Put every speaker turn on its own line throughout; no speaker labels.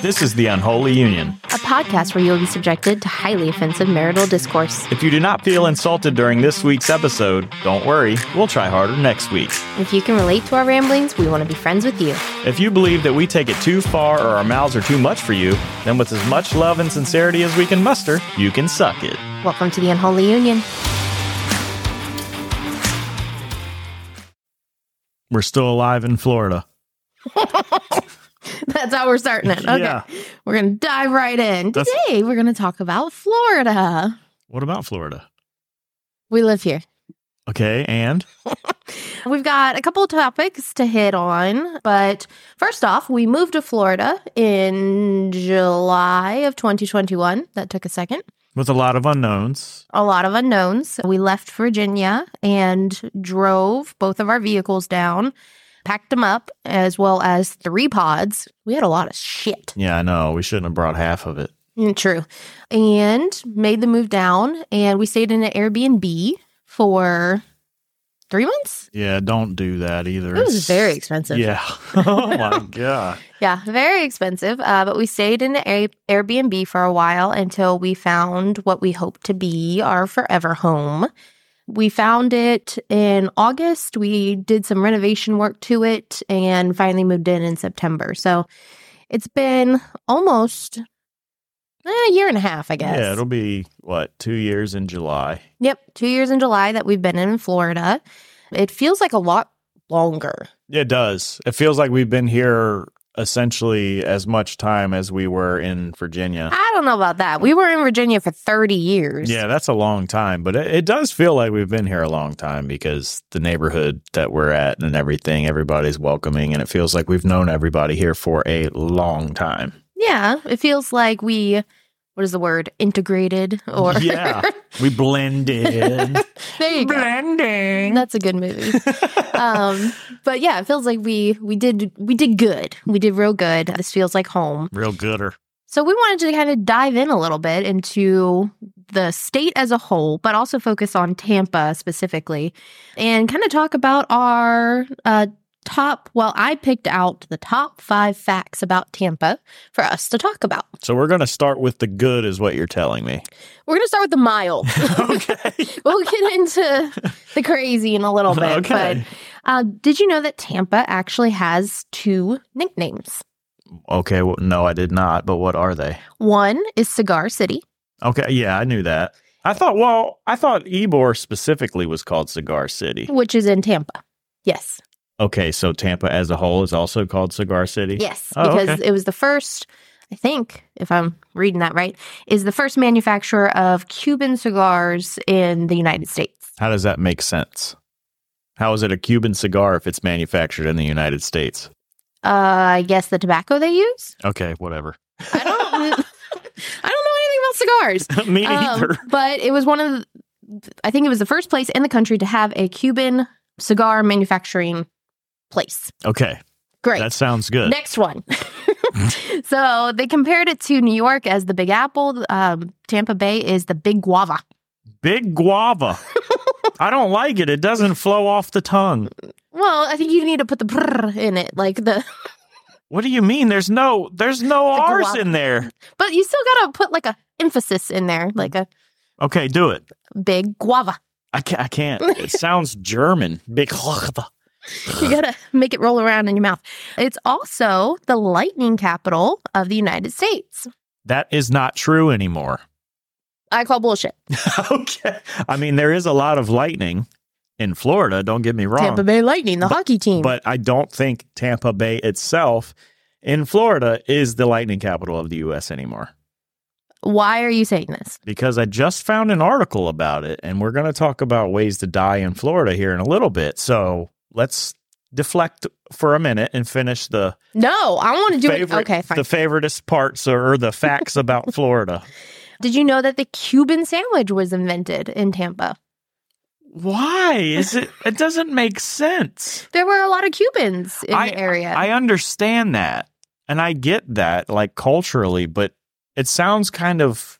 This is The Unholy Union.
a podcast where you'll be subjected to highly offensive marital discourse.
If you do not feel insulted during this week's episode, don't worry, we'll try harder next week.
If you can relate to our ramblings, we want to be friends with you.
If you believe that we take it too far or our mouths are too much for you, then with as much love and sincerity as we can muster, you can suck it.
Welcome to the Unholy Union.
We're still alive in Florida.
That's how we're starting it. Okay.
Yeah.
We're going to dive right in.
That's-
Today, we're going to talk about Florida.
What about Florida?
We live here.
Okay, and
We've got a couple of topics to hit on, but first off, we moved to Florida in July of 2021. That took a second.
with a lot of unknowns.
A lot of unknowns. We left Virginia and drove both of our vehicles down, packed them up, as well as three pods. We had a lot of shit.
Yeah, I know. We shouldn't have brought half of it.
Mm, True. And made the move down, and we stayed in an Airbnb for three months.
Yeah, don't do that either.
It was
It's-
very expensive.
Yeah. oh my god.
Yeah, very expensive. Uh, but we stayed in an Air- Airbnb for a while until we found what we hope to be our forever home. We found it in August. We did some renovation work to it and finally moved in in September. So it's been almost eh, a year and a half, I guess.
Yeah, it'll be what two years in July.
yep, two years in July that we've been in Florida. It feels like a lot longer.
Yeah, It does. It feels like we've been here essentially as much time as we were in Virginia.
I don't know about that. We were in Virginia for 30 years.
Yeah, that's a long time, but it, it does feel like we've been here a long time because the neighborhood that we're at and everything, everybody's welcoming, and it feels like we've known everybody here for a long time.
Yeah, it feels like we what is the word integrated or
Yeah. We blended.
there you go.
Blending.
That's a good movie. um, but yeah, it feels like we we did we did good. We did real good. This feels like home.
Real gooder.
So we wanted to kind of dive in a little bit into the state as a whole, but also focus on Tampa specifically, and kind of talk about our uh, top. Well, I picked out the top five facts about Tampa for us to talk about.
So we're going to start with the good, is what you're telling me.
We're gonna start with the mild.
okay.
we'll get into the crazy in a little bit.
Okay.
But uh, did you know that Tampa actually has two nicknames?
Okay. Well, no, I did not. But what are they?
One is Cigar City.
Okay. Yeah, I knew that. I thought, well, I thought Ebor specifically was called Cigar City.
Which is in Tampa. Yes.
Oh, Okay. So Tampa as a whole is also called Cigar City?
Yes.
Oh,
because
okay.
it was the first, I think, if I'm reading that right, is the first manufacturer of Cuban cigars in the United States.
How does that make sense? How is it a Cuban cigar if it's manufactured in the United States?
Uh, I guess the tobacco they use.
Okay, whatever.
I don't. I don't know anything about cigars.
Me
Um, but it was one of the, I think it was the first place in the country to have a Cuban cigar manufacturing place.
Okay,
Great.
that sounds good.
Next one. so they compared it to New York as the Big Apple. Um, Tampa Bay is the Big Guava.
Big guava. I don't like it. It doesn't flow off the tongue.
Well, I think you need to put the brr in it, like the.
What do you mean? There's no there's no
It's a
R's
guava.
in there.
But you still gotta put like a emphasis in there, like a
Okay, do it.
big guava.
I can't. I can't. It sounds German. Big guava.
You gotta make it roll around in your mouth. It's also the lightning capital of the United States.
That is not true anymore.
I call bullshit.
okay. I mean, there is a lot of lightning in Florida. Don't get me wrong.
Tampa Bay Lightning, the hockey team.
But I don't think Tampa Bay itself in Florida is the lightning capital of the U.S. anymore.
Why are you saying this?
because I just found an article about it, and we're going to talk about ways to die in Florida here in a little bit. So let's deflect for a minute and finish the
No, I want to do
favorite,
it. Okay, fine.
the favoritist parts or the facts about Florida.
Did you know that the Cuban sandwich was invented in Tampa?
Why is it? It doesn't make sense.
There were a lot of Cubans in the area.
I understand that, and I get that, like culturally, but it sounds kind of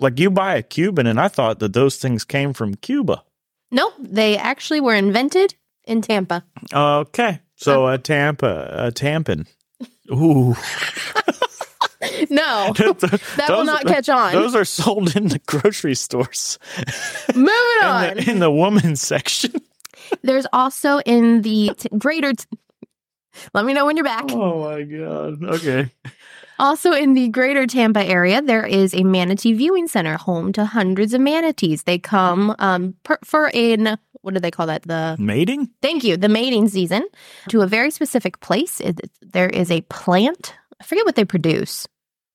like you buy a Cuban, and I thought that those things came from Cuba.
nope, they actually were invented in Tampa.
Okay. So a Tampa, a tampon. Ooh.
no, that will not catch on.
Those are sold in the grocery stores
Moving
in
on.
the, in the women's section.
There's also in the t- greater. T- let me know when you're back.
Oh my god. Okay.
Also in the greater Tampa area, there is a manatee viewing center home to hundreds of manatees. They come um, per, for in what do they call that? The
Mating?
thank you, the mating season to a very specific place. It- There is a plant. I forget what they produce.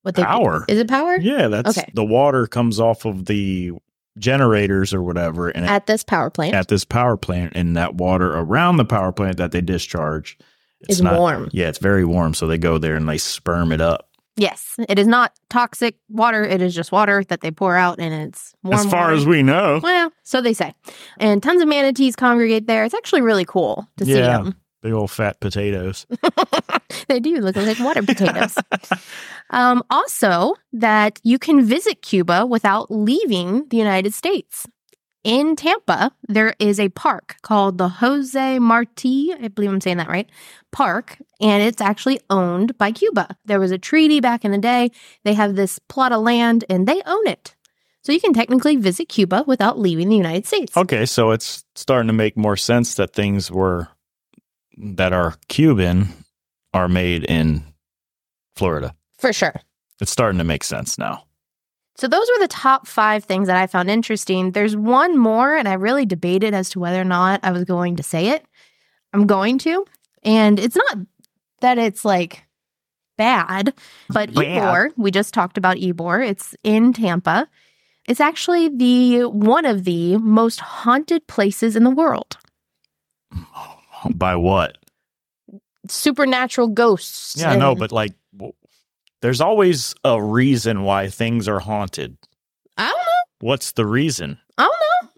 What they
Power.
is it power
Yeah, that's
Okay.
the water comes off of the generators or whatever and it
at this power plant
at this power plant and that water around the power plant that they discharge it's
is warm.
yeah it's very warm so they go there and they sperm it up
Yes, it is not toxic water. It is just water that they pour out, and it's warm.
as far
water.
as we know
Well, so they say. And tons of manatees congregate there. It's actually really cool to see
Yeah.
them.
big old fat potatoes
They do look like water potatoes. Um, also, that you can visit Cuba without leaving the United States. In Tampa, there is a park called the Jose Marti, I believe I'm saying that right, park, and it's actually owned by Cuba. There was a treaty back in the day. They have this plot of land and they own it. So you can technically visit Cuba without leaving the United States.
okay so it's starting to make more sense that things were that are cuban are made in florida
For sure.
it's starting to make sense now
So those were the top five things that I found interesting. There's one more, and I really debated as to whether or not I was going to say it. I'm going to, and it's not that it's like bad, but
Bad.
Ebor. We just talked about Ebor. It's in Tampa. It's actually the one of the most haunted places in the world.
by what
Supernatural ghosts.
Yeah, no,
and-
but like, w- there's always a reason why things are haunted.
I don't know.
What's the reason?
I don't know.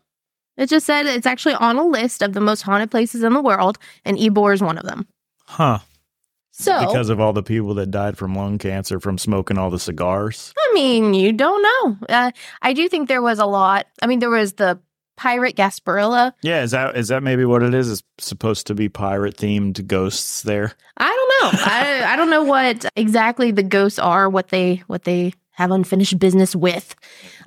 It just said it's actually on a list of the most haunted places in the world, and Ebor is one of them.
Huh?
So
because of all the people that died from lung cancer from smoking all the cigars.
I mean, you don't know. Uh, I do think there was a lot. I mean, there was the pirate Gasparilla.
Yeah, is that is that maybe what it is? It's supposed to be pirate themed ghosts there.
I don't know. I, I don't know what exactly the ghosts are, what they what they have unfinished business with.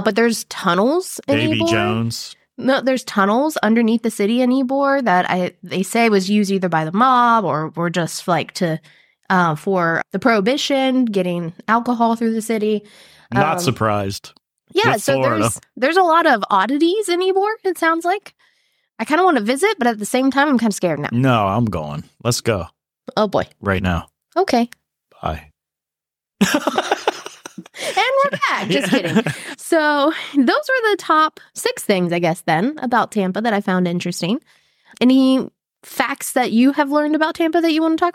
But there's tunnels in
Davy
Ybor.
Jones.
No, there's tunnels underneath the city in Ybor that I they say was used either by the mob or were just like to uh, for the prohibition, getting alcohol through the city.
Not
Um,
surprised.
Yeah,
with
so
Florida.
there's there's a lot of oddities in Ebor, it sounds like. I kind of want to visit, but at the same time, I'm kind of scared now.
No, I'm going. Let's go
Oh boy.
right now.
Okay.
Bye.
And we're back. Just kidding. So, those were the top six things, I guess, then about Tampa that I found interesting. Any facts that you have learned about Tampa that you want to talk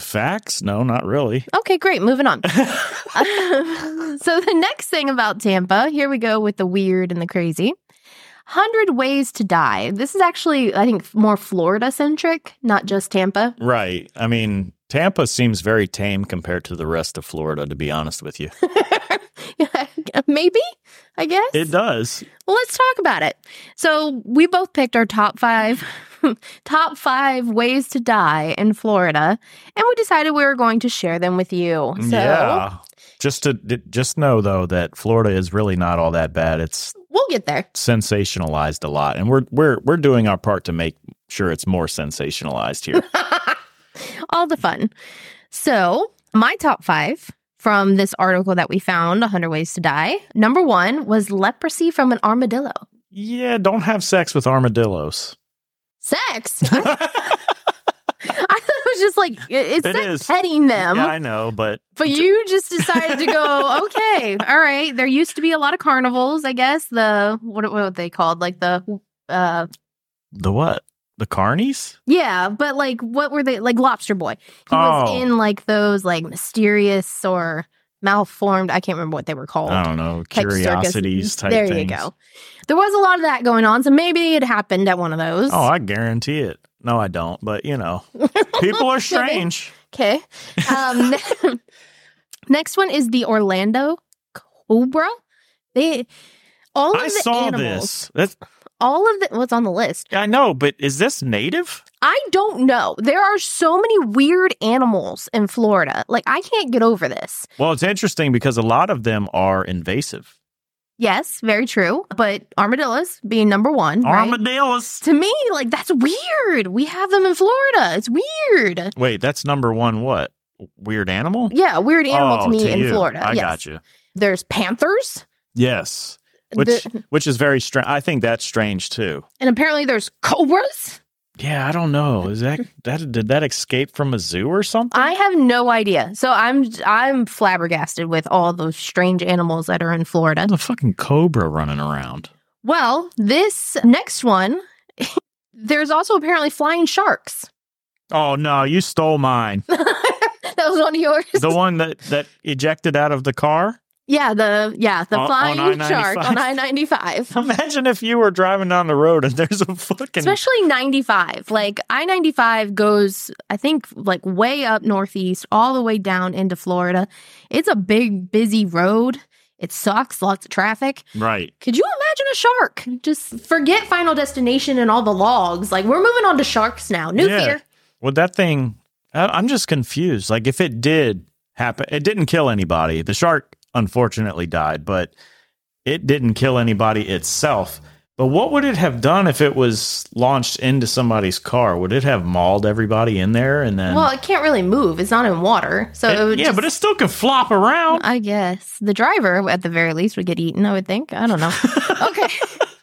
Facts? No, not really.
Okay, great. Moving on. so, the next thing about Tampa, here we go with the weird and the crazy. 100 Ways to Die. This is actually, I think, more Florida centric, not just Tampa.
Right. I mean, Tampa seems very tame compared to the rest of Florida, to be honest with you.
Maybe, I guess.
It does.
Well, let's talk about it. So, we both picked our top five top five ways to die in Florida, and we decided we were going to share them with you. So,
Yeah. Just to d- just know though that Florida is really not all that bad. It's
we'll get there.
sensationalized a lot, and we're we're we're doing our part to make sure it's more sensationalized here.
All the fun. So, my top five from this article that we found 100 Ways to Die. Number one was leprosy from an armadillo.
yeah, don't have sex with armadillos.
Sex. I
yeah,
thought it was just like, it- it's
It
not
is.
petting them.
I know, but
But you just decided to go, okay, all right. There used to be a lot of carnivals, I guess. The what what were they called? Like the uh
the what? The carnies?
yeah, but like what were they like lobster boy. He was
Oh.
in like those like mysterious or malformed, I can't remember what they were called.
I don't know,
Type circus.
Oh, curiosities type
There
things.
you go. There was a lot of that going on, so maybe it happened at one of those.
Oh, I guarantee it. No, I don't, but you know, people are strange.
okay. Um next one is the Orlando Cobra. They all of
I
the
saw
animals.
this. That's,
all of the what's on the list.
I know, but is this native?
I don't know. There are so many weird animals in Florida. Like I can't get over this.
Well, it's interesting because a lot of them are invasive.
Yes, very true. But armadillos being number one. right?
Armadillos.
to me, like that's weird. We have them in Florida. It's weird.
Wait, that's number one. What weird animal?
Yeah, weird animal
Oh,
to me in
you.
Florida.
I
yes.
got you.
There's panthers.
Yes,
The-
which which is very strange. I think that's strange too.
and apparently there's cobras.
Yeah, I don't know. Is that that did that escape from a zoo or something?
I have no idea. So I'm I'm flabbergasted with all those strange animals that are in Florida.
There's a fucking cobra running around.
Well, this next one, there's also apparently flying sharks.
Oh no, you stole mine.
that was one of yours.
The one that that ejected out of the car.
yeah, the yeah, the
On- on
flying shark on I
I-95.
ninety five.
Imagine if you were driving down the road and there's a fucking
Especially 95. Like I 95 goes, I think, like way up northeast, all the way down into Florida. It's a big, busy road. It sucks, lots of traffic.
right.
Could you imagine a shark? Just forget Final Destination and all the logs. Like we're moving on to sharks now. New
Yeah.
fear.
Well, that thing, I, I'm just confused. Like, if it did happen, it didn't kill anybody. The shark unfortunately died, but it didn't kill anybody itself. But what would it have done if it was launched into somebody's car? Would it have mauled everybody in there and then?
Well, it can't really move. It's not in water, so it,
It-
would
yeah,
just-
but it still could flop around.
I guess the driver, at the very least, would get eaten. I would think. I don't know. okay.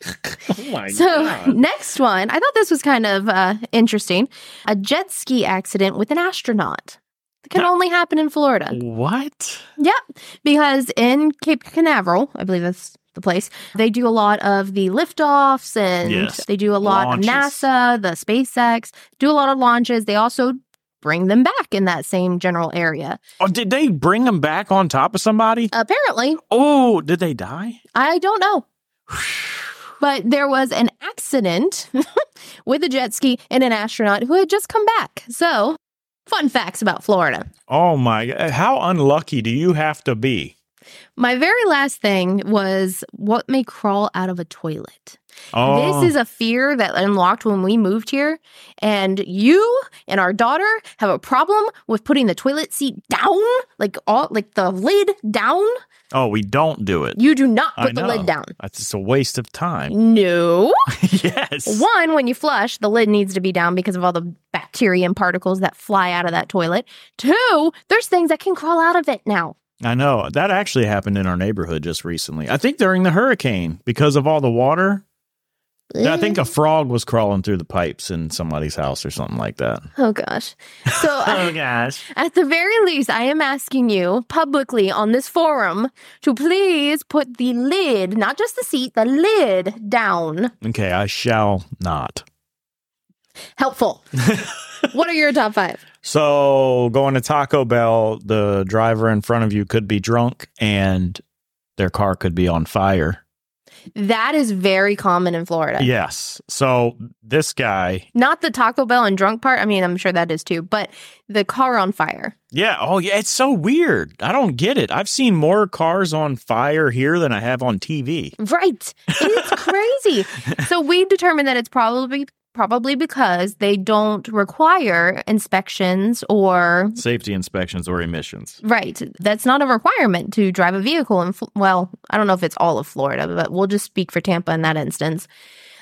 oh my
So, next one, I thought this was kind of uh, interesting. A jet ski accident with an astronaut. It can only happen in Florida.
What?
Yep. Because in Cape Canaveral, I believe that's the place, they do a lot of the liftoffs and
Yes.
they do a lot
Launches.
of NASA, the SpaceX, do a lot of launches. They also bring them back in that same general area.
Oh, did they bring him back on top of somebody?
Apparently,
Oh, did they die?
I don't know. But there was an accident with a jet ski and an astronaut who had just come back. So, fun facts about Florida.
Oh my! How unlucky do you have to be?
My very last thing was what may crawl out of a toilet.
Oh,
This is a fear that unlocked when we moved here. And you and our daughter have a problem with putting the toilet seat down, like all like the lid down.
oh, we don't do it.
You do not
I
put the
know.
lid down.
That's just a waste of time.
No.
yes.
One, when you flush, the lid needs to be down because of all the bacteria and particles that fly out of that toilet. Two, there's things that can crawl out of it now.
I know. That actually happened in our neighborhood just recently. I think during the hurricane because of all the water. I think a frog was crawling through the pipes in somebody's house or something like that.
Oh gosh. So uh,
gosh.
at the very least, I am asking you publicly on this forum to please put the lid, not just the seat, the lid down.
Okay, I shall not.
Helpful. what are your top five?
So, going to Taco Bell, the driver in front of you could be drunk and their car could be on fire.
That is very common in Florida.
Yes. So, this guy
Not the Taco Bell and drunk part. I mean, I'm sure that is too, but the car on fire.
Yeah. Oh, yeah. It's so weird. I don't get it. I've seen more cars on fire here than I have on TV.
Right. It's crazy. so we determined that it's probably probably because they don't require inspections or
Safety inspections or emissions.
right. That's not a requirement to drive a vehicle in Fl- well, I don't know if it's all of Florida, but we'll just speak for Tampa in that instance.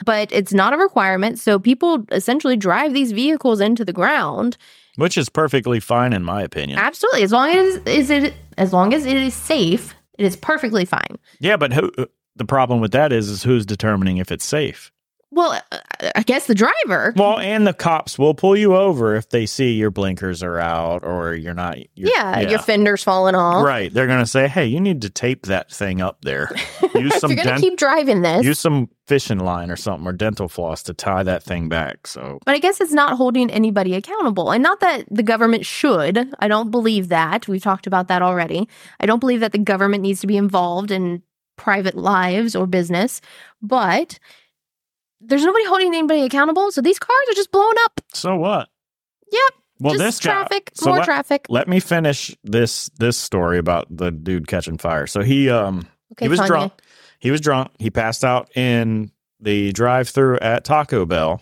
But it's not a requirement, so people essentially drive these vehicles into the ground.
Which is perfectly fine in my opinion.
Absolutely. As long as is it as long as it is safe, it is perfectly fine.
yeah, but who uh, the problem with that is is who's determining if it's safe.
Well, I- I guess the driver.
Well, and the cops will pull you over if they see your blinkers are out or you're not you're,
yeah, your fender's falling off.
Right. They're going to say, "Hey, you need to tape that thing up there. Use
if
some
you're gonna
dent-
keep driving this,
use some fishing line or something or dental floss to tie that thing back." So
but I guess it's not holding anybody accountable. And not that the government should. I don't believe that. We've talked about that already. I don't believe that the government needs to be involved in private lives or business, but there's nobody holding anybody accountable. So these cars are just blowing up.
So what?
Yep.
Well,
just
this guy-
traffic,
so
more
let,
traffic.
Let me finish this this story about the dude catching fire. So he um
Okay,
he was
Tanya.
drunk. He was drunk. He passed out in the drive-through at Taco Bell,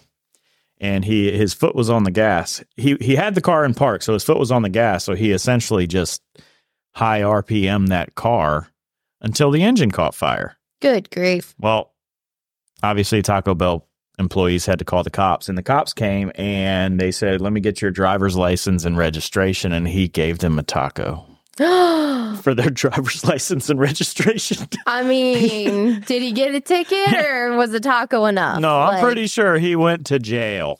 and he his foot was on the gas. He he had the car in park, so his foot was on the gas. So he essentially just high RPM that car until the engine caught fire.
Good grief.
Well, obviously Taco Bell employees had to call the cops, and the cops came and they said, "Let me get your driver's license and registration." And he gave them a taco
I
for their driver's license and registration.
mean, did he get a ticket or was the taco enough?
No, I'm
Like,
pretty sure he went to jail.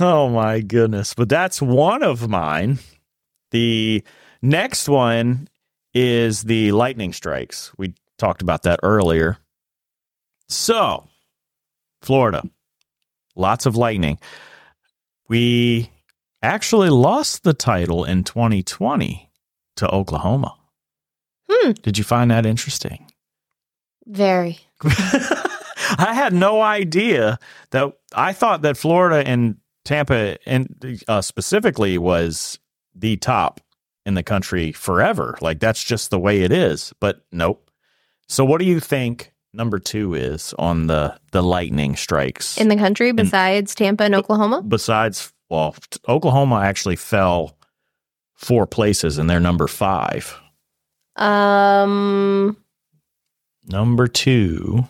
oh my goodness. But that's one of mine. The next one is the lightning strikes. We talked about that earlier. So, Florida, lots of lightning. We actually lost the title in 2020 to Oklahoma.
Hmm.
Did you find that interesting?
Very.
I had no idea that I thought that Florida and Tampa and uh, specifically was the top in the country forever. Like that's just the way it is. But nope. So what do you think number two is on the the lightning strikes?
In the country besides Tampa and Oklahoma?
Besides, well, Oklahoma actually fell four places and they're number five.
Um,
Number two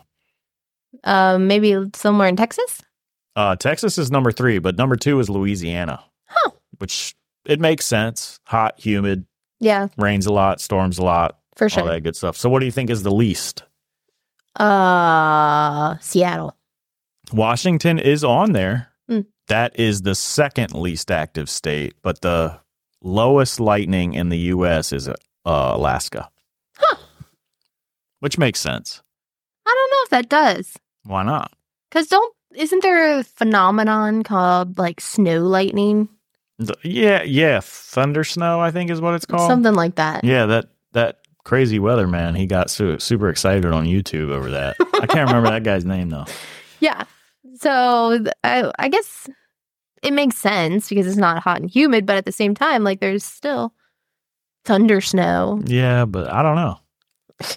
uh, maybe somewhere in Texas?
Uh, Texas is number three, but number two is Louisiana,
Huh.
which it makes sense. Hot, humid,
Yeah,
rains a lot, storms a lot,
for
all
sure.
that good stuff. So, what do you think is the least?
Uh, Seattle.
Washington is on there.
Hmm.
That is the second least active state, but the lowest lightning in the U.S. is uh, Alaska,
Huh.
which makes sense.
I don't know if that does.
Why not?
Because don't, isn't there a phenomenon called like snow lightning?
Th- Yeah, yeah, thunder snow, I think is what it's called.
Something like that.
Yeah, that that crazy weather man, he got su- super excited on YouTube over that. I can't remember that guy's name though.
Yeah. So th- I, I guess it makes sense because it's not hot and humid, but at the same time, like there's still thunder snow.
Yeah, but I don't know.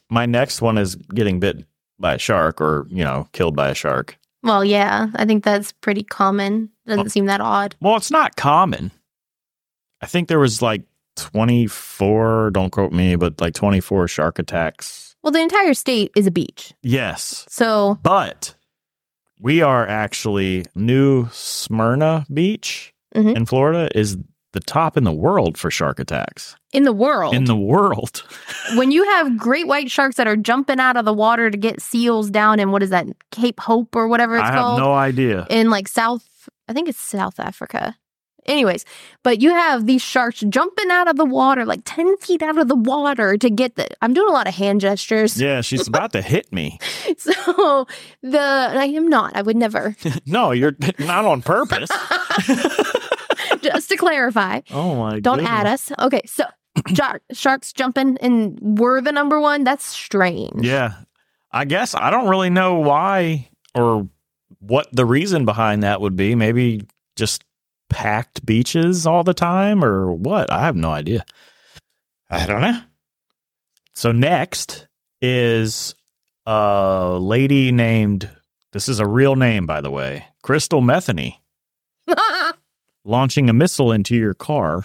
My next one is getting bit by a shark or, you know, killed by a shark.
Well, yeah, I think that's pretty common.
Oh.
Doesn't seem that odd.
Well, it's not common. I think there was like 24, don't quote me, but like 24 shark attacks.
Well, the entire state is a beach.
Yes.
So,
But we are actually New Smyrna Beach
Mhm.
in Florida is the top in the world for shark attacks.
in the world,
in the world.
when you have great white sharks that are jumping out of the water to get seals down in what is that, Cape Hope or whatever it's
I have
called?
no idea.
in like South, I think it's South Africa. Anyways, but you have these sharks jumping out of the water, like 10 feet out of the water to get the. I'm doing a lot of hand gestures.
Yeah, she's about to hit me.
So the. I am not. I would never.
No, you're not on purpose.
Just to clarify,
Oh my
don't add us. Okay, so shark, sharks jumping and we're the number one. That's strange.
Yeah. I guess I don't really know why or what the reason behind that would be. Maybe just packed beaches all the time or what? I have no idea. I don't know. So next is a lady named this is a real name by the way. Crystal Metheny. launching a missile into your car.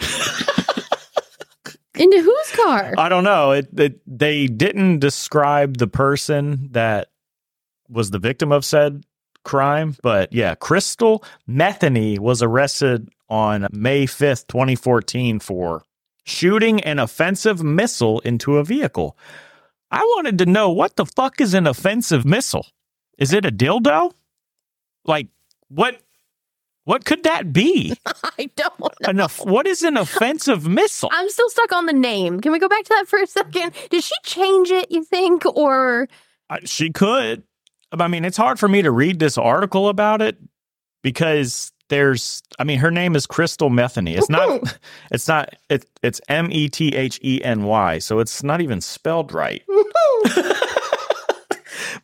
Into whose car?
I don't know. It, it they didn't describe the person that was the victim of said crime, but yeah, Crystal Metheny was arrested on May 5th, 2014 for shooting an offensive missile into a vehicle. I wanted to know what the fuck is an offensive missile? Is it a dildo? Like what what could that be?
I don't know.
An off- what is an offensive missile?
I'm still stuck on the name. Can we go back to that for a second? Did she change it, you think? Or
I, she could. I mean, it's hard for me to read this article about it because there's. I mean, her name is Crystal Metheny. It's not. it's not. It, it's M E T H E N Y. So it's not even spelled right.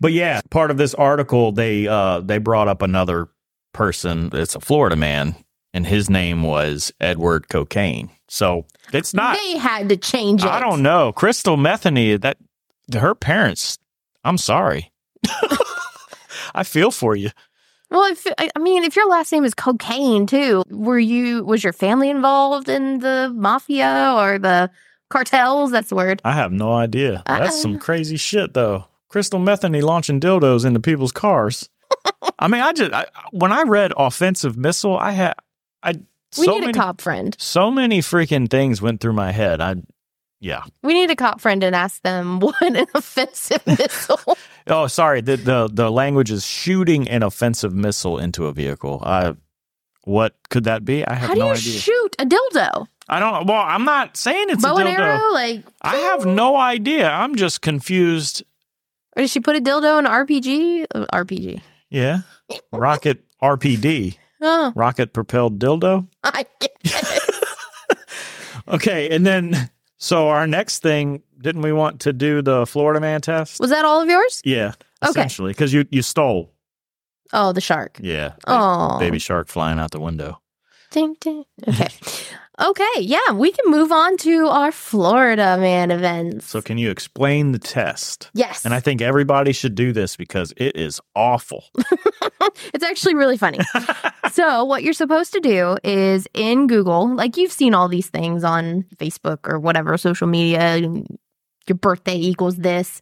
But yeah, part of this article, they uh, they brought up another person. It's a Florida man, and his name was Edward Cocaine. So it's not.
they had to change it.
I don't know. Crystal Metheny, that her parents I'm sorry. I feel for you.
Well, if I I mean, if your last name is cocaine too, were you was your family involved in the mafia or the cartels? That's the word.
I have no idea. That's
Uh-uh.
some crazy shit, though. Crystal methany launching dildos into people's cars. I mean, I just I, when I read offensive missile, I had I
We
so
need
many
a cop friend.
so many freaking things went through my head. I yeah.
We need a cop friend and ask them what an offensive missile.
Oh, sorry. The the the language is shooting an offensive missile into a vehicle. I what could that be? I have
How do
no
you
idea.
shoot a dildo?
I don't. Well, I'm not saying it's
Bow
a
and
dildo.
arrow? Like,
I have no idea. I'm just confused.
or did she put a dildo in RPG? Uh, RPG.
Yeah. Rocket RPD.
Oh,
Rocket propelled dildo.
I get it.
Okay, and then so our next thing, didn't we want to do the Florida man test?
Was that all of yours?
Yeah.
Okay.
Essentially, because you you stole.
Oh, the shark.
Yeah.
Oh,
Baby shark flying out the window.
Ding, ding. Okay. okay. Yeah, we can move on to our Florida man events.
So can you explain the test?
yes.
And I think everybody should do this because it is awful.
it's actually really funny. so, what you're supposed to do is in Google, like you've seen all these things on Facebook or whatever social media, your birthday equals this.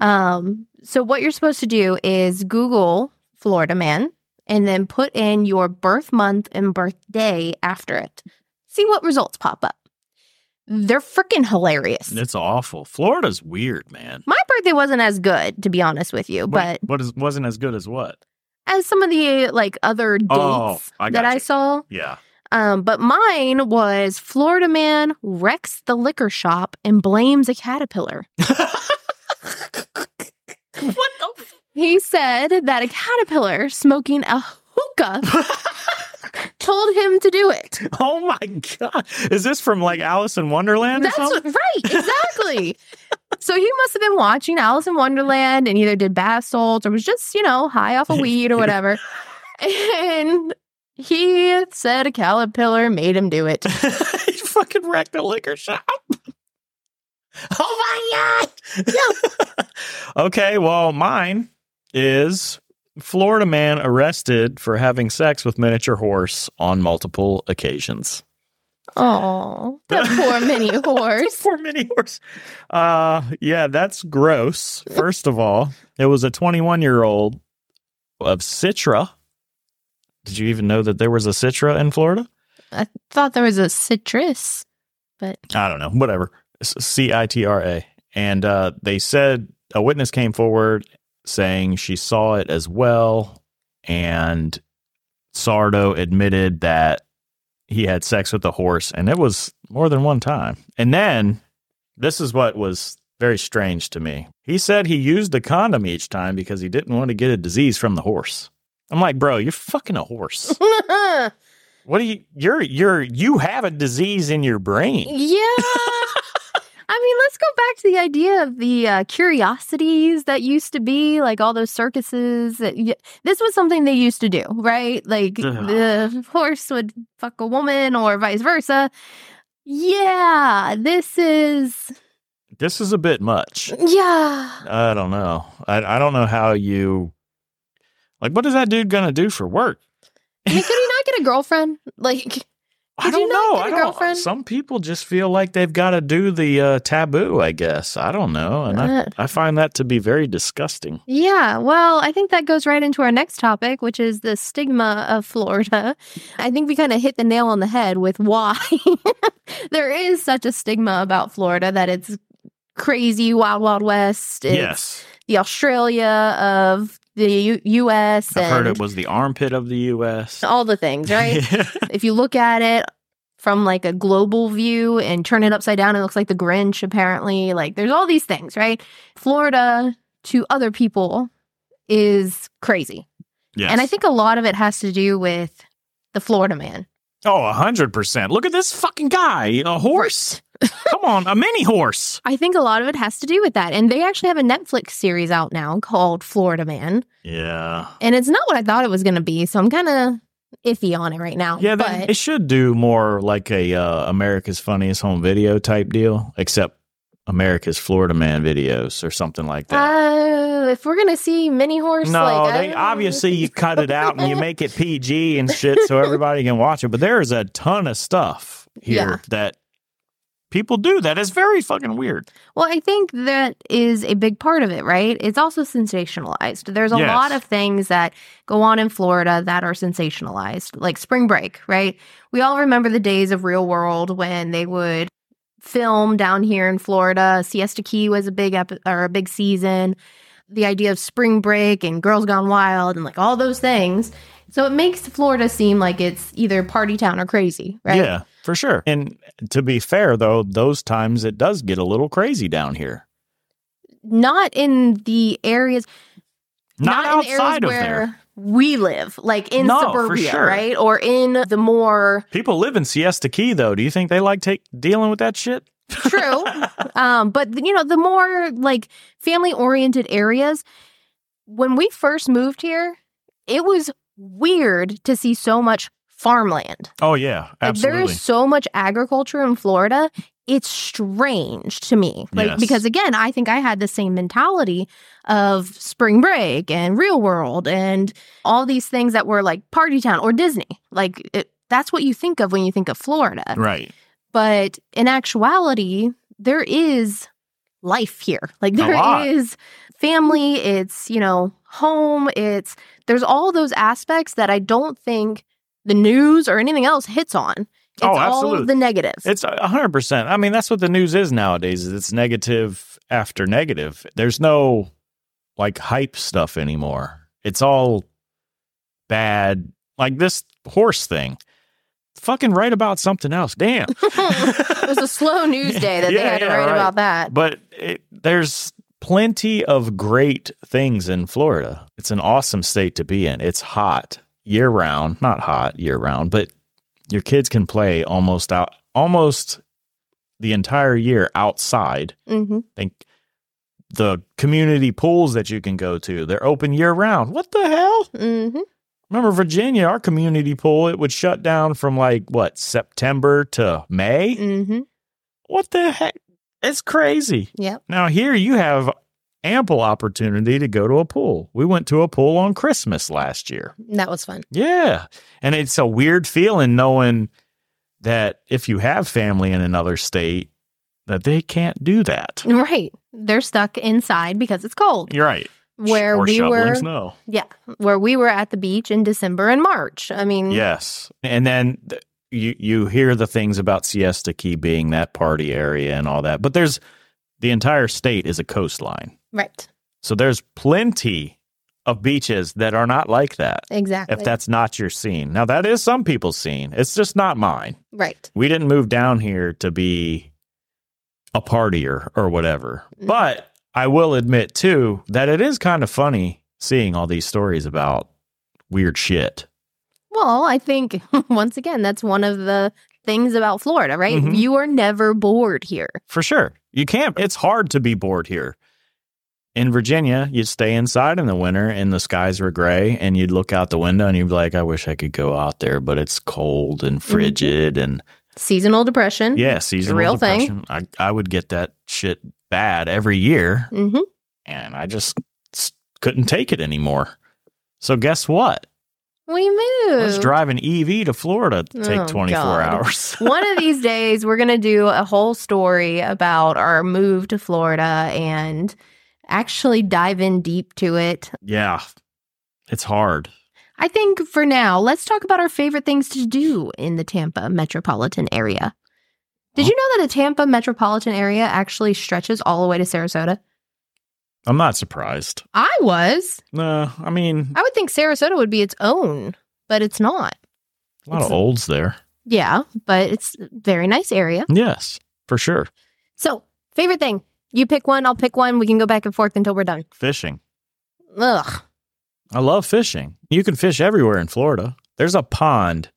Um, so, what you're supposed to do is Google Florida man and then put in your birth month and birthday after it. See what results pop up. They're freaking hilarious.
it's awful. Florida's weird, man.
My birthday wasn't as good, to be honest with you, but
Wait, what is wasn't as good as what?
as some of the like other dates
Oh, I
that
gotcha.
I saw,
Yeah.
Um, but mine was Florida man wrecks the liquor shop and blames a caterpillar.
What the
He said that a caterpillar smoking a hookah told him to do it.
Oh my god. Is this from like Alice in Wonderland or
That's
something?
right, exactly. so he must have been watching Alice in Wonderland and either did bath salts or was just, you know, high off of weed or whatever. And he said a caterpillar made him do it.
he fucking wrecked a liquor shop. Oh my god! okay, well, mine is Florida man arrested for having sex with miniature horse on multiple occasions.
Oh, that poor mini horse.
Poor mini horse. Uh, yeah, that's gross. First of all, it was a 21 year old of Citra. Did you even know that there was a Citra in Florida?
I thought there was a citrus.
I don't know, whatever. C I T R A. And uh, they said a witness came forward saying she saw it as well. And Sardo admitted that he had sex with the horse, and it was more than one time. And then this is what was very strange to me. He said he used the condom each time because he didn't want to get a disease from the horse. I'm like, bro, you're fucking a horse.
yeah.
What do you? You're you're you have a disease in your brain.
I mean, let's go back to the idea of the uh, curiosities that used to be like all those circuses. That y- this was something they used to do, right? Like
Ugh.
the horse would fuck a woman or vice versa. Yeah, this is.
This is a bit much.
Yeah.
I don't know. I, I don't know how you like. What is that dude gonna do for work?
I mean, could he not get a girlfriend? Like,
I
Did
don't
you not
know.
get
I
a
don't.
girlfriend?
Some people just feel like they've got to do the uh, taboo. I guess I don't know, and I,
uh,
I find that to be very disgusting.
Yeah, well, I think that goes right into our next topic, which is the stigma of Florida. I think we kind of hit the nail on the head with why there is such a stigma about Florida that it's crazy, wild, wild west. It's
yes,
the Australia of the U- U.S.
I've
and
heard it was the armpit of the U.S.
all the things, Oh, right? if you look at it from like a global view and turn it upside down, it looks like the Grinch, apparently. Like there's all these things, right? Florida to other people is crazy.
yes.
And I think a lot of it has to do with the Florida man.
oh, a hundred percent. Look at this fucking guy, a horse. Come on, a mini horse.
I think a lot of it has to do with that. And they actually have a Netflix series out now called Florida Man.
Yeah,
And it's not what I thought it was going to be. So I'm kind of iffy on it right now.
Yeah,
but
they, it should do more like a uh, America's Funniest Home Video type deal, except America's Florida Man videos or something like that.
oh, if we're gonna see mini horse,
No,
like, "Oh." I
they
don't-
obviously you cut it out and you make it PG and shit so everybody can watch it. But there is a ton of stuff here
Yeah.
that people do that is very fucking weird.
Well, I think that is a big part of it, right? It's also sensationalized. There's a
Yes.
lot of things that go on in Florida that are sensationalized, like spring break, right? We all remember the days of real world when they would film down here in Florida. Siesta Key was a big ep- or a big season. The idea of spring break and girls gone wild and like all those things. So it makes Florida seem like it's either party town or crazy, right?
Yeah, for sure. And to be fair though, those times it does get a little crazy down here.
Not in the areas
Not,
in areas
outside of
where
there.
We live like in
No, for
suburbia,
sure.
right? Or in the more
People live in Siesta Key though. Do you think they like take dealing with that shit?
true, um, but you know, the more like family oriented areas. When we first moved here, it was weird to see so much farmland.
Oh yeah,
Like
absolutely.
there is so much agriculture in Florida. It's strange to me. Like
Yes.
because again, I think I had the same mentality of spring break and real world and all these things that were like party town or Disney. Like it, that's what you think of when you think of Florida.
right.
But in actuality, there is life here. Like there
lot.
is family, it's, you know, home, it's there's all those aspects that I don't think the news or anything else hits on. It's
Oh,
all
absolutely.
the negatives.
It's a hundred percent. I mean, that's what the news is nowadays. Is it's negative after negative. There's no like hype stuff anymore. It's all bad. Like this horse thing. Fucking write about something else. Damn.
it was a slow news day that they
Yeah,
had to
yeah,
write
right.
about that.
but it, there's plenty of great things in Florida. It's an awesome state to be in. It's hot year round, not hot year round, but your kids can play almost out almost the entire year outside.
hmm
Think the community pools that you can go to, they're open year round. What the hell?
hmm
Remember Virginia, our community pool, it would shut down from like what, September to May?
hmm
What the heck? It's crazy.
Yep.
Now here you have ample opportunity to go to a pool. We went to a pool on Christmas last year.
That was fun.
Yeah. And it's a weird feeling knowing that if you have family in another state that they can't do that.
Right. They're stuck inside because it's cold.
You're right.
Where
or
we
shoveling
were
snow.
where we were at the beach in December and March. I mean,
Yes. And then th- you you hear the things about Siesta Key being that party area and all that. But there's the entire state is a coastline.
right.
So there's plenty of beaches that are not like that.
Exactly.
if that's not your scene. Now that is some people's scene. It's just not mine.
right.
We didn't move down here to be a partier or whatever. But I will admit too that it is kind of funny seeing all these stories about weird shit.
Well, I think once again, that's one of the things about Florida, right?
Mhm.
You are never bored here.
For sure. You can't it's hard to be bored here. In Virginia, you'd stay inside in the winter and the skies were gray and you'd look out the window and you'd be like, I wish I could go out there, but it's cold and frigid and
Seasonal depression.
Yeah, seasonal
Mm-hmm. real thing.
depression. I I would get that shit bad every year,
hmm
and I just s- couldn't take it anymore. So guess what?
We
Let's
moved.
drive an EV E to Florida. to Take
Oh,
24
God.
hours.
one of these days, we're going to do a whole story about our move to Florida and actually dive in deep to it.
yeah, it's hard.
I think for now, let's talk about our favorite things to do in the Tampa metropolitan area. Did
Oh.
you know that the Tampa metropolitan area actually stretches all the way to Sarasota?
I'm not surprised.
I was.
No, I mean
I would think Sarasota would be its own, but it's not.
a lot
it's-
of olds there.
Yeah, but it's a very nice area.
Yes, for sure.
So, favorite thing. You pick one, I'll pick one. We can go back and forth until we're done.
Fishing.
Ugh.
I love fishing. You can fish everywhere in Florida. There's a pond.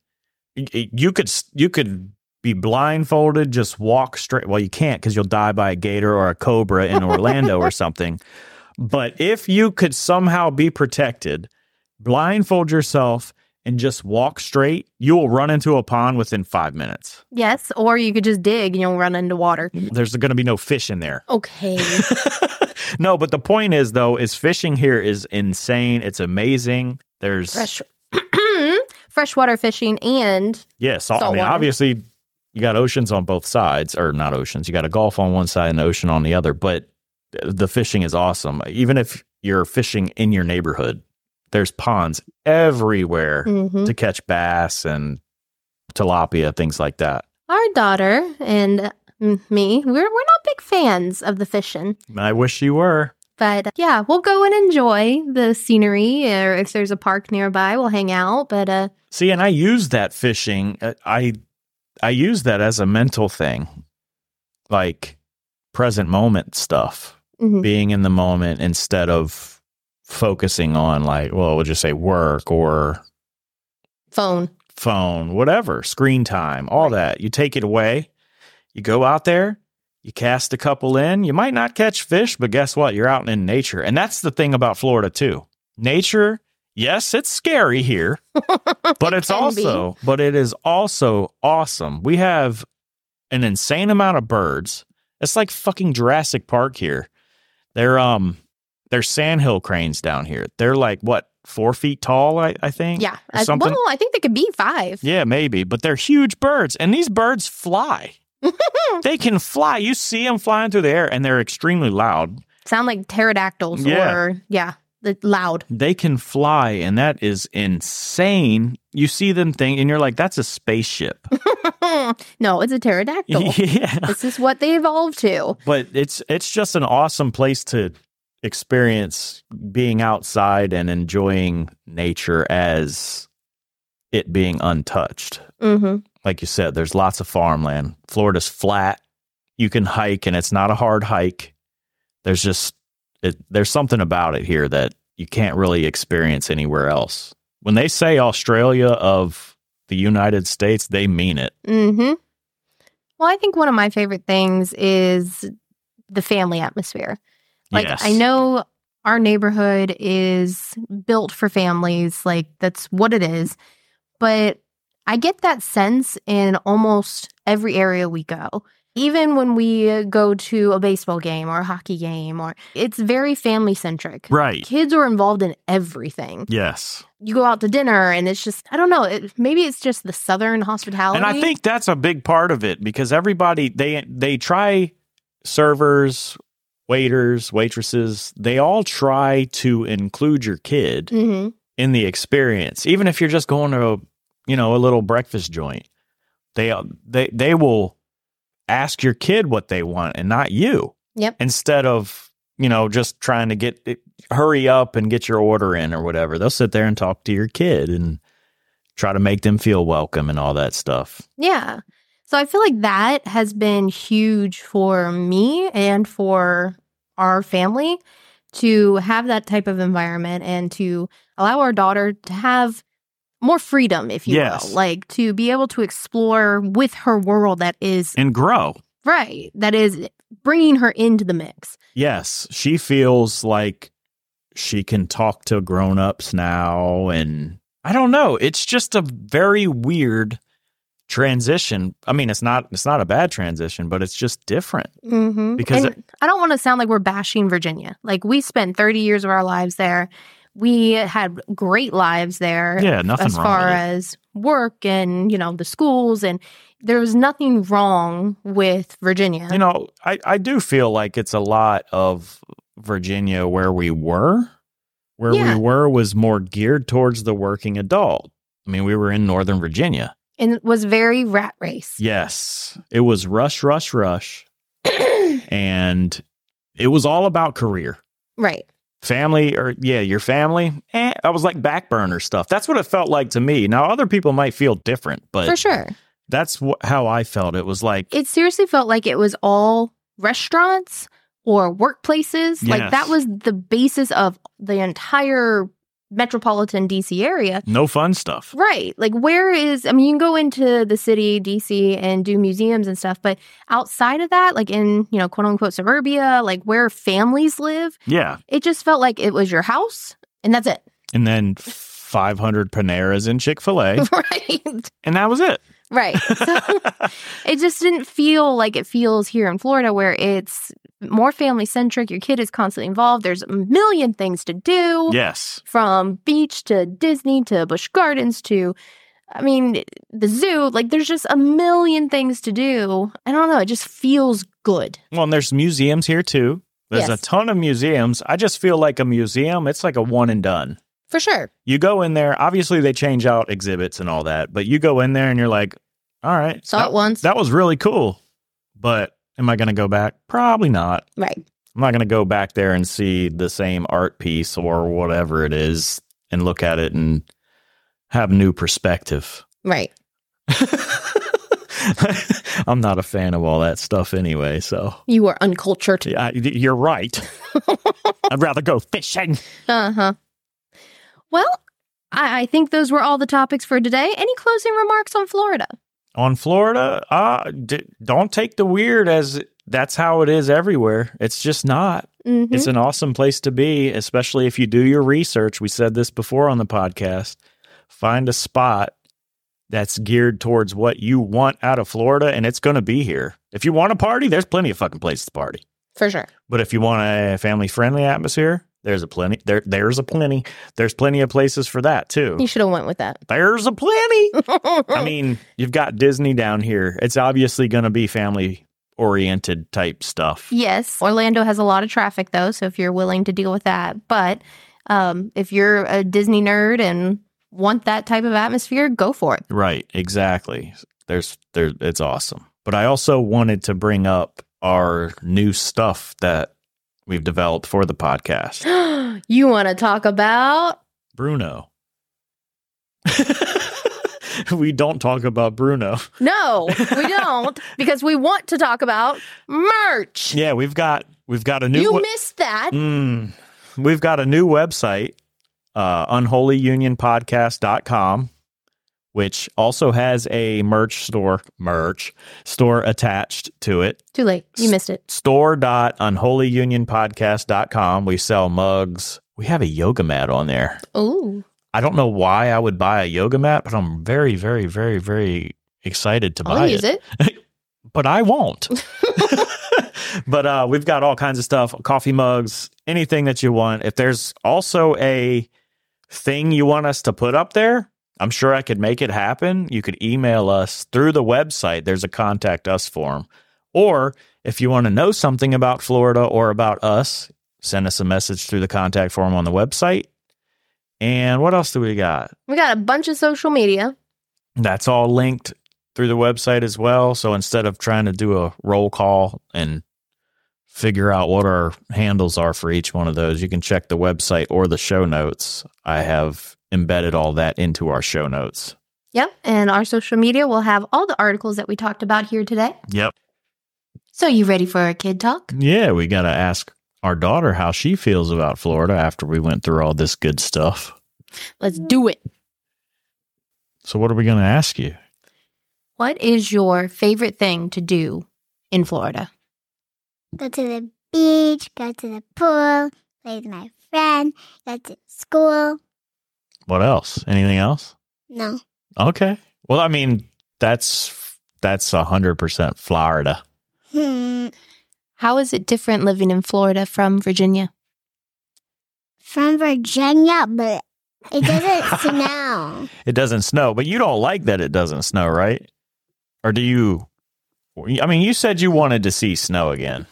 Y- y- You could s- you could be blindfolded, just walk straight. Well, you can't because you'll die by a gator or a cobra in Orlando or something. But if you could somehow be protected, blindfold yourself and just walk straight, you will run into a pond within five minutes.
Yes, or you could just dig and you'll run into water.
There's going to be no fish in there.
Okay.
no, but the point is though, is fishing here is insane. It's amazing. There's
Fresh freshwater fishing and
yeah, salt. I
salt
mean,
water.
obviously you got oceans on both sides, or not oceans. You got a gulf on one side and an ocean on the other. But the fishing is awesome. Even if you're fishing in your neighborhood, there's ponds everywhere
Mhm.
to catch bass and tilapia, things like that.
our daughter and mm, me, we're we're not big fans of the fishing.
I wish you were.
But yeah, we'll go and enjoy the scenery, or if there's a park nearby, we'll hang out. But uh,
See, and I use that fishing. uh, I I use that as a mental thing, like present moment stuff,
mhm.
being in the moment instead of focusing on like, well, we'll just say work or
phone.
phone, whatever, screen time, all that. You take it away. You go out there. You cast a couple in. You might not catch fish, but guess what? You're out in nature, and that's the thing about Florida too. Nature. Yes, it's scary here but it's
can be.
also but it is also awesome we have an insane amount of birds it's like fucking jurassic park here they're um they're sandhill cranes down here they're like what four feet tall i, I think
yeah.
or
I-
something.
well, I think they could be five.
yeah maybe but they're huge birds and these birds fly they can fly you see them flying through the air and they're extremely loud
Sound like pterodactyls
Yeah.
or, yeah, the- loud.
they can fly and that is insane you see them thing and you're like that's a spaceship
no, it's a pterodactyl.
yeah
this is what they evolved to.
but it's it's just an awesome place to experience being outside and enjoying nature as it being untouched
hmm
like you said there's lots of farmland florida's flat you can hike and it's not a hard hike there's just it, there's something about it here that you can't really experience anywhere else when they say australia of the united states they mean it
hmm Well, I think one of my favorite things is the family atmosphere. Like
Yes.
I know our neighborhood is built for families, like that's what it is. But I get that sense in almost every area we go. Even when we go to a baseball game or a hockey game or it's very family centric.
right
Kids are involved in everything.
yes
You go out to dinner and it's just I don't know, it, maybe it's just the southern hospitality.
And I think that's a big part of it because everybody they they try servers, waiters, waitresses, they all try to include your kid
Mhm.
in the experience. Even if you're just going to a, you know, a little breakfast joint. They they they will ask your kid what they want and not you.
Yep.
Instead of, you know, just trying to get hurry up and get your order in or whatever. They'll sit there and talk to your kid and try to make them feel welcome and all that stuff.
Yeah. So I feel like that has been huge for me and for our family to have that type of environment and to allow our daughter to have more freedom, if you
Yes.
will, like to be able to explore with her world that is
and grow.
right, that is bringing her into the mix.
Yes, she feels like she can talk to grown-ups now and I don't know, it's just a very weird transition. I mean, it's not it's not a bad transition, but it's just different.
Mm-hmm.
Because-
and I don't want to sound like we're bashing Virginia. Like we spent 30 years of our lives there. We had great lives there.
Yeah, nothing
as
wrong
far
with it.
as work and you know the schools and there was nothing wrong with virginia
You know, I I do feel like it's a lot of Virginia where we were. Where
Yeah.
we were was more geared towards the working adult. I mean, we were in Northern Virginia.
and it was very rat race
Yes. It was rush, rush, rush. and it was all about career.
right
Family or yeah, your family. Eh, I was like back burner stuff. That's what it felt like to me. Now other people might feel different, but
for sure
that's wh- how I felt. It was like
it seriously felt like it was all restaurants or workplaces like
Yes.
that was the basis of the entire metropolitan dc area
no fun stuff.
Right. Like, where is, I mean, you can go into the city, DC, and do museums and stuff, but outside of that, like in, you know, quote unquote suburbia, like where families live,
Yeah.
it just felt like it was your house and that's it.
And then f- 500 Paneras and Chick fil A,
right.
and that was it.
Right. So it just didn't feel like it feels here in Florida where it's more family centric. Your kid is constantly involved. There's a million things to do
yes.
from beach to Disney to Busch Gardens to, I mean, the zoo. Like there's just a million things to do. I don't know. It just feels good.
Well, and there's museums here too. There's
Yes.
a ton of museums. I just feel like a museum, it's like a one and done.
For sure.
You go in there, obviously they change out exhibits and all that, but you go in there and you're like, all right,
Saw
that-
it once.
that was really cool. But am I going to go back? Probably not.
right.
I'm not going to go back there and see the same art piece or whatever it is and look at it and have new perspective.
Right.
I'm not a fan of all that stuff anyway, so
You are uncultured.
yeah, y- you're right. I'd rather go fishing.
Uh huh. Well, I, I think those were all the topics for today. Any closing remarks on Florida?
On Florida, uh, d- don't take the weird as that's how it is everywhere. It's just not.
Mm-hmm.
It's an awesome place to be, especially if you do your research. We said this before on the podcast. Find a spot that's geared towards what you want out of Florida, and it's going to be here. If you want a party, there's plenty of fucking places to party.
For sure.
But if you want a family friendly atmosphere, there's a plenty. There, there's a plenty. There's plenty of places for that
You
too.
should have went with that.
There's a plenty. I mean, you've got Disney down here. It's obviously going to be family oriented type stuff.
yes, Orlando has a lot of traffic though, so if you're willing to deal with that, but um, if you're a Disney nerd and want that type of atmosphere, go for it.
Right, exactly. There's there it's awesome. But I also wanted to bring up our new stuff that we've developed for the podcast.
you want to talk about?
Bruno. we don't talk about Bruno.
No, we don't, because we want to talk about merch.
Yeah, we've got we've got a new
you
we-
missed that.
Mm. we've got a new website, uh unholyunionpodcast.com, which also has a merch store merch store attached to it.
Too late. You missed it.
store.unholyunionpodcast.com. We sell mugs. We have a yoga mat on there.
Ooh.
I don't know why I would buy a yoga mat, but I'm very, very, very, very excited to buy
I'll use
it.
it.
But I won't. but uh, we've got all kinds of stuff coffee mugs, anything that you want. If there's also a thing you want us to put up there, I'm sure I could make it happen. You could email us through the website. There's a contact us form. Or if you want to know something about Florida or about us, send us a message through the contact form on the website. And what else do we got?
We got a bunch of social media.
That's all linked through the website as well. So instead of trying to do a roll call and figure out what our handles are for each one of those, you can check the website or the show notes. I have embedded all that into our show notes.
Yep. And our social media will have all the articles that we talked about here today.
Yep.
So, you ready for our kid talk?
Yeah, we got to ask our daughter how she feels about Florida after we went through all this good stuff.
Let's do it.
So, what are we going to ask you?
What is your favorite thing to do in Florida?
go to the beach, go to the pool, play with my friend, go to school.
What else? Anything else?
No.
Okay. Well, I mean, that's that's 100% Florida.
Hmm.
How is it different living in Florida from Virginia?
From Virginia, but it doesn't snow.
it doesn't snow, but you don't like that it doesn't snow, right? Or do you? I mean, you said you wanted to see snow again.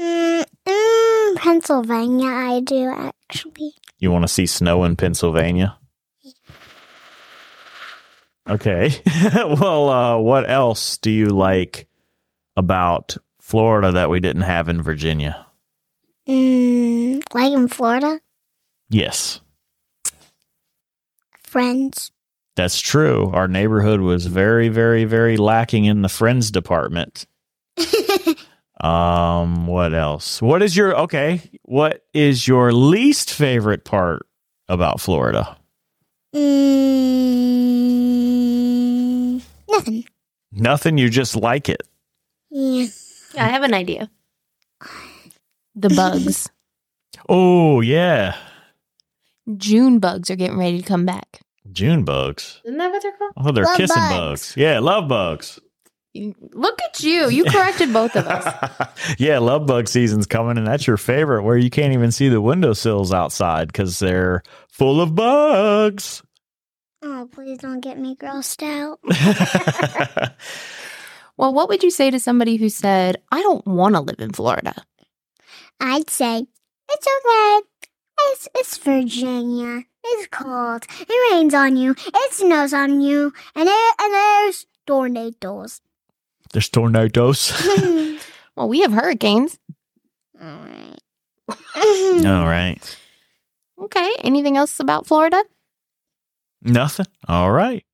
Mm, mm, Pennsylvania, I do actually.
You want to see snow in Pennsylvania? Okay. well, uh, what else do you like about Florida that we didn't have in Virginia?
Mm, like in Florida,
Yes,
friends.
that's true. Our neighborhood was very, very, very lacking in the friends department. Um, what else? What is your okay? What is your least favorite part about Florida?
mm, nothing.
Nothing, you just like it.
Yeah.
I have an idea. The bugs.
Oh, yeah.
June bugs are getting ready to come back.
June bugs.
Isn't that what they're called?
Oh, they're
Love
kissing bugs.
bugs.
Yeah, love bugs.
You- Look at you. You corrected both of us.
yeah, love bug season's coming, and that's your favorite, where you can't even see the windowsills outside because they're full of bugs.
Oh, please don't get me grossed out.
Well, what would you say to somebody who said, I don't want to live in Florida?
I'd say it's okay. It's it's Virginia. It's cold. It rains on you. It snows on you, and it, and there's tornadoes.
There's tornadoes.
All
Well, we have hurricanes.
right.
All right.
Okay. Anything else about Florida?
Nothing. All right.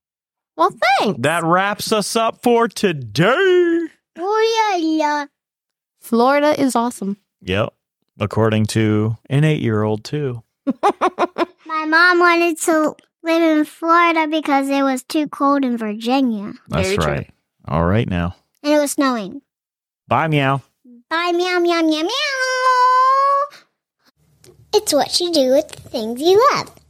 Well, thanks.
That wraps us up for today.
Oh yeah, yeah.
Florida is awesome.
Yep. According to an eight year old, too.
My mom wanted to live in Florida because it was too cold in Virginia
That's
Very true.
right. All right now.
and it was snowing.
Bye, meow.
Bye, meow, meow, meow, meow. It's what you do with the things you love.